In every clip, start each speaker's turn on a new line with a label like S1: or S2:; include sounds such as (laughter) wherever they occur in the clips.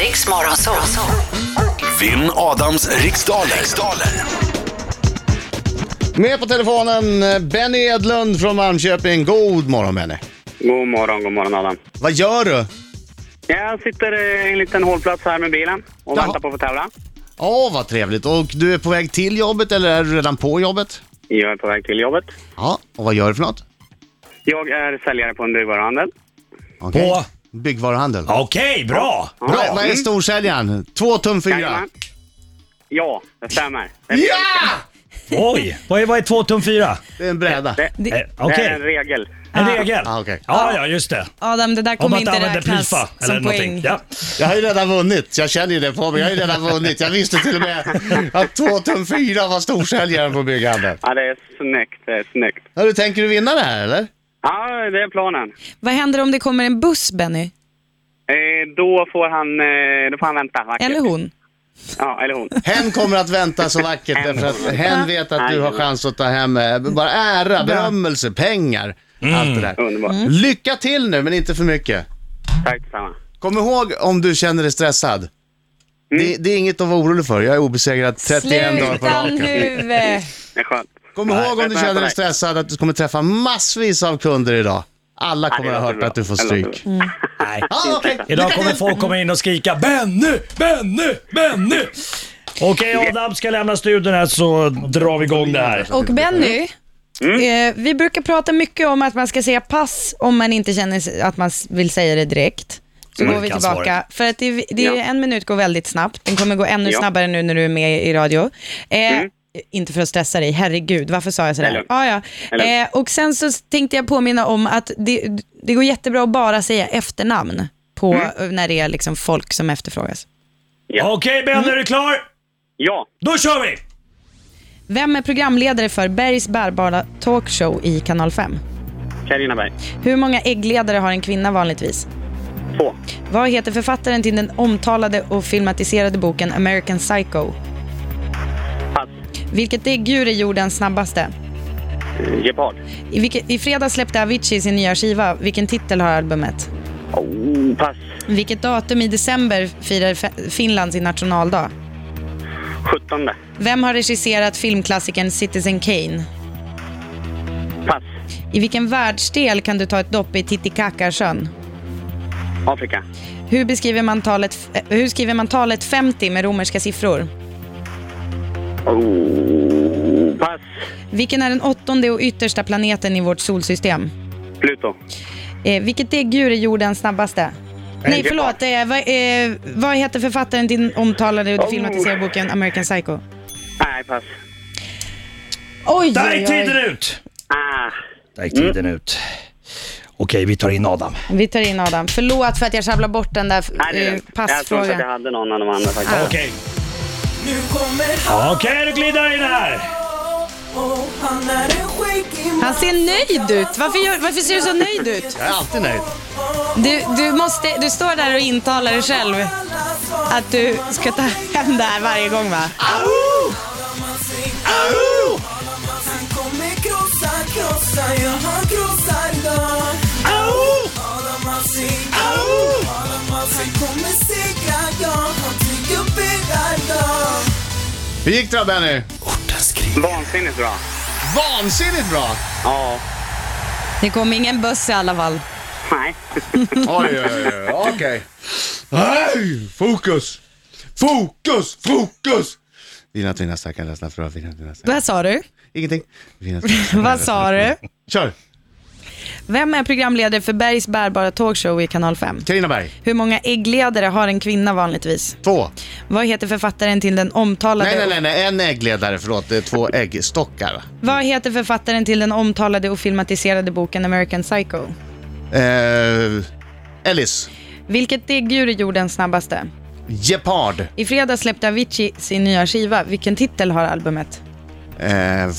S1: Riks Morgonzoo.
S2: Vinn Adams riksdaler. riksdaler.
S3: Med på telefonen eh, Benny Edlund från Malmköping. God morgon Benny.
S4: God morgon, god morgon Adam.
S3: Vad gör du?
S4: Jag sitter eh, i en liten hållplats här med bilen och
S3: Jaha.
S4: väntar på att få tävla.
S3: Åh, vad trevligt. Och du är på väg till jobbet eller är du redan på jobbet?
S4: Jag är på väg till jobbet.
S3: Ja, och vad gör du för något?
S4: Jag är säljare på en byggvaruhandel.
S3: Okej.
S5: På?
S3: Byggvaruhandel.
S5: Okej, bra!
S4: Ja.
S3: Bra, vad är storsäljaren? Två tum fyra.
S4: Jajamän. Ja, det stämmer. Det är,
S3: Ja!
S5: Oj! Vad är, vad är två tum fyra?
S3: Det är en bräda.
S4: det,
S5: Eh,
S6: Det,
S5: Okej,
S4: det är en regel.
S5: en
S6: Ah.
S5: regel.
S3: Ah, okej.
S5: Ja, ja, just det.
S6: Adam, det där
S5: Om
S6: kommer
S5: man inte
S6: inte
S5: använder
S6: räknas
S5: pifa
S6: som
S5: eller någonting.
S6: poäng.
S5: Ja.
S3: Jag har ju redan vunnit. Jag känner ju det på mig. Jag har ju redan vunnit. Jag visste till och med att två tum fyra var storsäljaren på bygghandeln.
S4: Ja, det är snyggt. Det är snyggt.
S3: Hörru, tänker du vinna det här eller?
S4: Ja, det är planen.
S6: Vad händer om det kommer en buss, Benny?
S4: Eh, då, får han, eh, då får han vänta. vackert.
S6: Eller hon?
S4: Ja, eller hon.
S3: Hen kommer att vänta så vackert därför att hen vet att du har chans att ta hem eh, bara ära, berömmelse, pengar,
S4: Mm.
S3: allt det där.
S4: Underbart.
S6: Mm.
S3: Lycka till nu, men inte för mycket.
S4: Tack detsamma.
S3: Kom ihåg om du känner dig stressad. Det, det är inget att vara orolig för. Jag är obesegrad 31 dagar på
S6: Mm. Sluta
S3: raken.
S6: nu! eh.
S4: Det är skönt.
S3: Kom ihåg om
S4: vänta,
S3: du
S4: vänta,
S3: känner dig
S4: nej.
S3: stressad att du kommer träffa massvis av kunder idag. Alla kommer
S4: det
S3: att ha
S4: låter
S3: hört
S4: bra.
S3: att du får
S4: Det låter
S3: stryk.
S4: bra.
S5: Nej.
S3: Ja, okej.
S5: Idag kommer folk komma in och skrika Benny, Benny, Benny! Okej, Adam ska lämna studion här så drar vi igång det här.
S6: Och Benny,
S4: Mm.
S6: eh, vi brukar prata mycket om att man ska säga pass om man inte känner s- att man s- vill säga det direkt. Så
S5: Mm.
S6: går vi
S5: Kan
S6: tillbaka.
S5: svaret.
S6: För att det, det, är-
S4: Ja.
S6: en minut går väldigt snabbt. Den kommer gå ännu
S4: Ja. Mm.
S6: snabbare nu när du är med i radio. Eh, Inte för att stressa dig, herregud, varför sa jag sådär?
S4: Eller-
S6: Ah, ja.
S4: eller-
S6: eh, och sen så tänkte jag påminna om att det, det går jättebra att bara säga efternamn på,
S4: Mm.
S6: när det är liksom folk som efterfrågas.
S4: Ja.
S5: Okej, Benny, är du klar?
S4: Ja,
S5: Då kör vi!
S6: Vem är programledare för Bergs bärbara talkshow i Kanal 5?
S4: Carina Berg.
S6: Hur många äggledare har en kvinna vanligtvis?
S4: Två.
S6: Vad heter författaren till den omtalade och filmatiserade boken American Psycho?
S4: Pass.
S6: Vilket däggdjur är jordens snabbaste?
S4: Eh, Gepard.
S6: I, vilket, I fredags släppte Avicii sin nya skiva. Vilken titel har albumet?
S4: Oh, pass.
S6: Vilket datum i december firar Fe- Finland sin nationaldag?
S4: 17.
S6: Vem har regisserat filmklassikern Citizen Kane?
S4: Pass.
S6: I vilken världsdel kan du ta ett dopp i Titicacasjön?
S4: Afrika.
S6: Hur, beskriver man talet f- eh, hur skriver man talet 50 med romerska siffror?
S4: Oh, pass.
S6: Vilken är den åttonde och yttersta planeten i vårt solsystem?
S4: Pluto.
S6: Eh, vilket däggdjur är jordens snabbaste? Nej,
S4: gepard.
S6: förlåt. Eh, vad, eh, vad heter författaren till den omtalade och
S4: Oh.
S6: filmatiserade boken American Psycho?
S4: Nej, pass.
S6: Oj,
S5: Där gick tiden ut!
S4: Ah.
S5: Där gick tiden ut. Okej, vi tar in Adam.
S6: Vi tar in Adam. Förlåt för att jag sjabblar bort den där
S4: Nej, det är
S6: eh,
S4: lugnt. Jag tror inte att jag
S6: passfrågan.
S4: hade någon av de andra faktiskt.
S5: Okej. Okej, du glider in här.
S6: Han ser nöjd ut. Varför, gör, varför ser du så nöjd ut?
S3: Jag är alltid nöjd.
S6: Du, du, måste, du står där och intalar dig själv att du ska ta hem det här varje gång, va?
S3: Hur gick det då Benny?
S4: Vansinnigt bra.
S3: Vansinnigt bra!
S4: Ja.
S6: Det kom ingen buss i alla fall.
S4: Nej.
S3: Oj, oj, oj, oj. (laughs) okej. Hej! Fokus! Fokus! Fokus! Vina tunna stackar, ledsna frö, vina tunna stackar.
S6: Vad sa du?
S3: Ingenting. Vina tunna stackar,
S6: (laughs) Vad
S3: ledsna
S6: sa
S3: frö.
S6: du?
S3: Kör!
S6: Vem är programledare för Bergs bärbara talkshow i Kanal 5?
S3: Carina Berg.
S6: Hur många äggledare har en kvinna vanligtvis?
S3: Två.
S6: Vad heter författaren till den omtalade...
S3: Nej, nej, nej, nej, en äggledare, förlåt. Det är två äggstockar. va?
S6: Vad heter författaren till den omtalade och filmatiserade boken American Psycho?
S3: Eh, Ellis.
S6: Vilket däggdjur är jordens snabbaste?
S3: Gepard.
S6: I fredags släppte Avicii sin nya skiva. Vilken titel har albumet?
S3: Eh,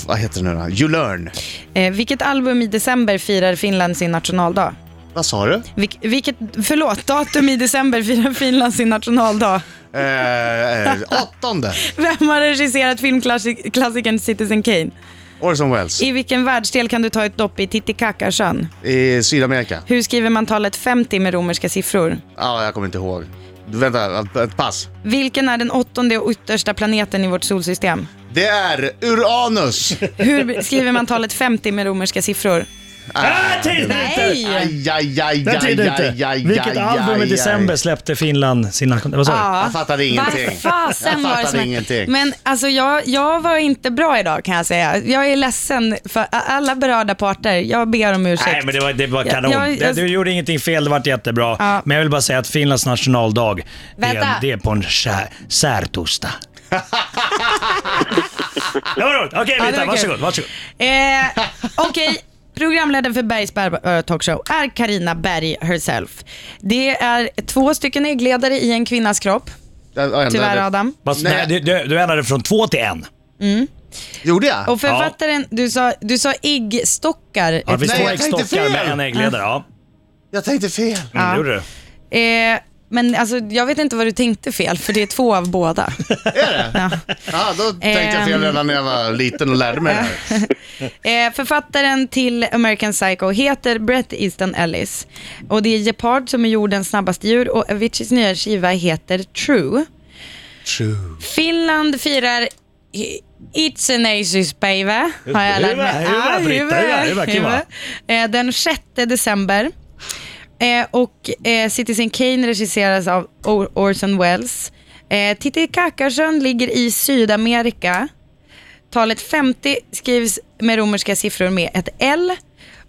S3: vad heter det nu då? You learn.
S6: Eh, vilket album i december firar Finland sin nationaldag?
S3: Vad sa du?
S6: Vilk, vilket, förlåt, datum i december firar Finland sin nationaldag.
S3: Eh, eh, åttonde.
S6: (laughs) Vem har regisserat filmklassikern Citizen Kane?
S3: Orson Welles.
S6: I vilken världsdel kan du ta ett dopp i Titicacasjön?
S3: I Sydamerika.
S6: Hur skriver man talet 50 med romerska siffror?
S3: Ja, jag kommer inte ihåg. Vänta, ett pass.
S6: Vilken är den åttonde och yttersta planeten i vårt solsystem?
S3: Det är Uranus.
S5: (laughs)
S6: Hur skriver man talet 50 med romerska siffror?
S5: Ah, tiden är ute!
S3: Aj, aj, aj,
S5: Den tiden är ute. Vilket album i december släppte Finland sina... Vad sa
S6: Ja.
S3: Jag fattade ingenting.
S6: Vad fasen
S3: Jag
S6: var det
S3: fattade
S6: som...
S3: ingenting.
S6: Men alltså jag, jag var inte bra idag kan jag säga. Jag är ledsen för a- alla berörda parter. Jag ber om
S5: du?
S6: ursäkt.
S5: Nej, men det var, det var
S6: Ja,
S5: kanon.
S6: jag- jag-
S5: Du gjorde ingenting fel, det vart jättebra.
S6: Ja.
S5: Men jag vill bara säga att Finlands nationaldag, det
S6: Vänta.
S5: är, det är på en skär-
S6: (laughs)
S5: särtorsdag. det var roligt. Okej,
S6: Ja, det
S5: Vita,
S6: var kul.
S5: varsågod. varsågod.
S6: Eh, Okej,
S5: (laughs)
S6: programledare för Bergs Bar- eh, Talkshow är Karina Berg herself. Det är två stycken äggledare i en kvinnas kropp. Tyvärr Adam.
S5: Fast,
S3: Nej.
S5: nej. du, du, du ändrade från två till en.
S3: Gjorde jag?
S6: Och författaren, du sa, du sa äggstockar.
S5: Ja, det finns
S3: Nej,
S5: två
S3: jag tänkte
S5: äggstockar
S3: fel.
S5: med en äggledare. Ja,
S3: Jag tänkte fel.
S5: mm,
S6: Ja.
S5: det gjorde du.
S6: Eh, men alltså, jag vet inte vad du tänkte fel, för det är två av båda.
S3: Är det?
S6: Ja.
S3: Ja, då tänkte jag fel
S6: Ehm.
S3: redan när jag var liten och lärde mig det här.
S5: (laughs)
S6: Eh, författaren till American Psycho heter Brett Easton Ellis. Och det är Gepard som är jordens snabbaste djur och Aviciis nya skiva heter True.
S3: True.
S6: Finland firar i- It's a Nations baby, har jag lärt mig.
S5: Hyvä, hyvä,
S6: Ja,
S5: Britta, hyvä, hyvä, kiva.
S6: hyvä. Eh, Den 6 december. Eh, Och eh, Citizen Kane regisseras av Or- Orson Welles. Eh, Titicacasjön ligger i Sydamerika. Talet 50 skrivs med romerska siffror med ett L.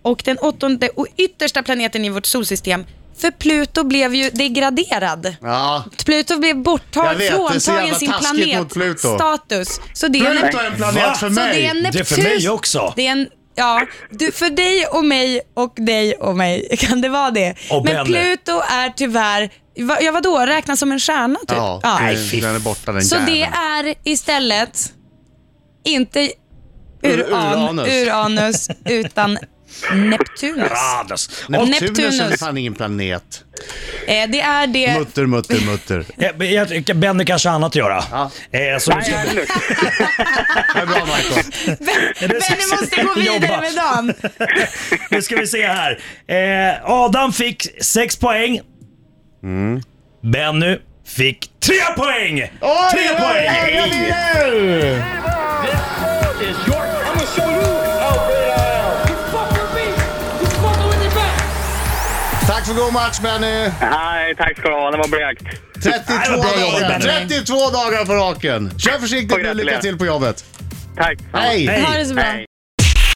S6: Och den åttonde och yttersta planeten i vårt solsystem, för Pluto blev ju degraderad.
S3: Ja.
S6: Pluto blev
S3: Jag
S6: borttag,
S3: vet, det är så jävla
S6: fråntagen sin
S3: taskigt mot Pluto.
S6: planetstatus. Så det är,
S3: Pluto är en
S5: Va?
S3: planet för
S6: så det är
S3: mig.
S6: Neptun.
S5: Det är för mig också.
S6: Det är en, ja, du, för dig och mig och dig och mig (laughs) kan det vara det.
S5: Och
S6: Men
S5: Benny.
S6: Pluto är tyvärr, va, ja vadå, räknas som en stjärna typ?
S3: Ja,
S6: Ja.
S3: det- den är borta den
S6: Så det
S3: jäveln.
S6: är istället inte
S3: Ur-
S6: uran,
S3: Uranus.
S6: uranus. utan Neptunus.
S5: Radas.
S3: Neptunus är
S6: Neptunus.
S3: fan ingen planet.
S6: Eh, det är det.
S3: Mutter, mutter,
S6: (laughs)
S3: mutter.
S5: Ja, men eh, jag tycker Benny kanske har annat att göra.
S3: Ja.
S5: Eh, så du ska,
S4: Nej, det är lugnt.
S3: Det är bra Marco.
S5: (laughs)
S6: Benny måste gå vidare
S5: Jobba.
S6: med dagen.
S5: nu ska vi se här. Eh, Adam fick 6 poäng. Benny fick 3 poäng! 3 poäng!
S1: I'ma show you how great I am. You fucking me. You fucking with your back.
S3: Tack för god match Benny.
S4: Nej, tack ska du ha. Det var blekt.
S3: 32
S5: Nej, vad bra jobbat,
S3: dagar.
S5: Benny.
S3: 32 dagar på raken. Kör försiktigt
S4: Och
S3: nu.
S4: gratulerar.
S3: Lycka till på jobbet.
S4: Tack.
S3: Hej.
S5: Hej.
S6: Ha det så bra.
S4: Hej.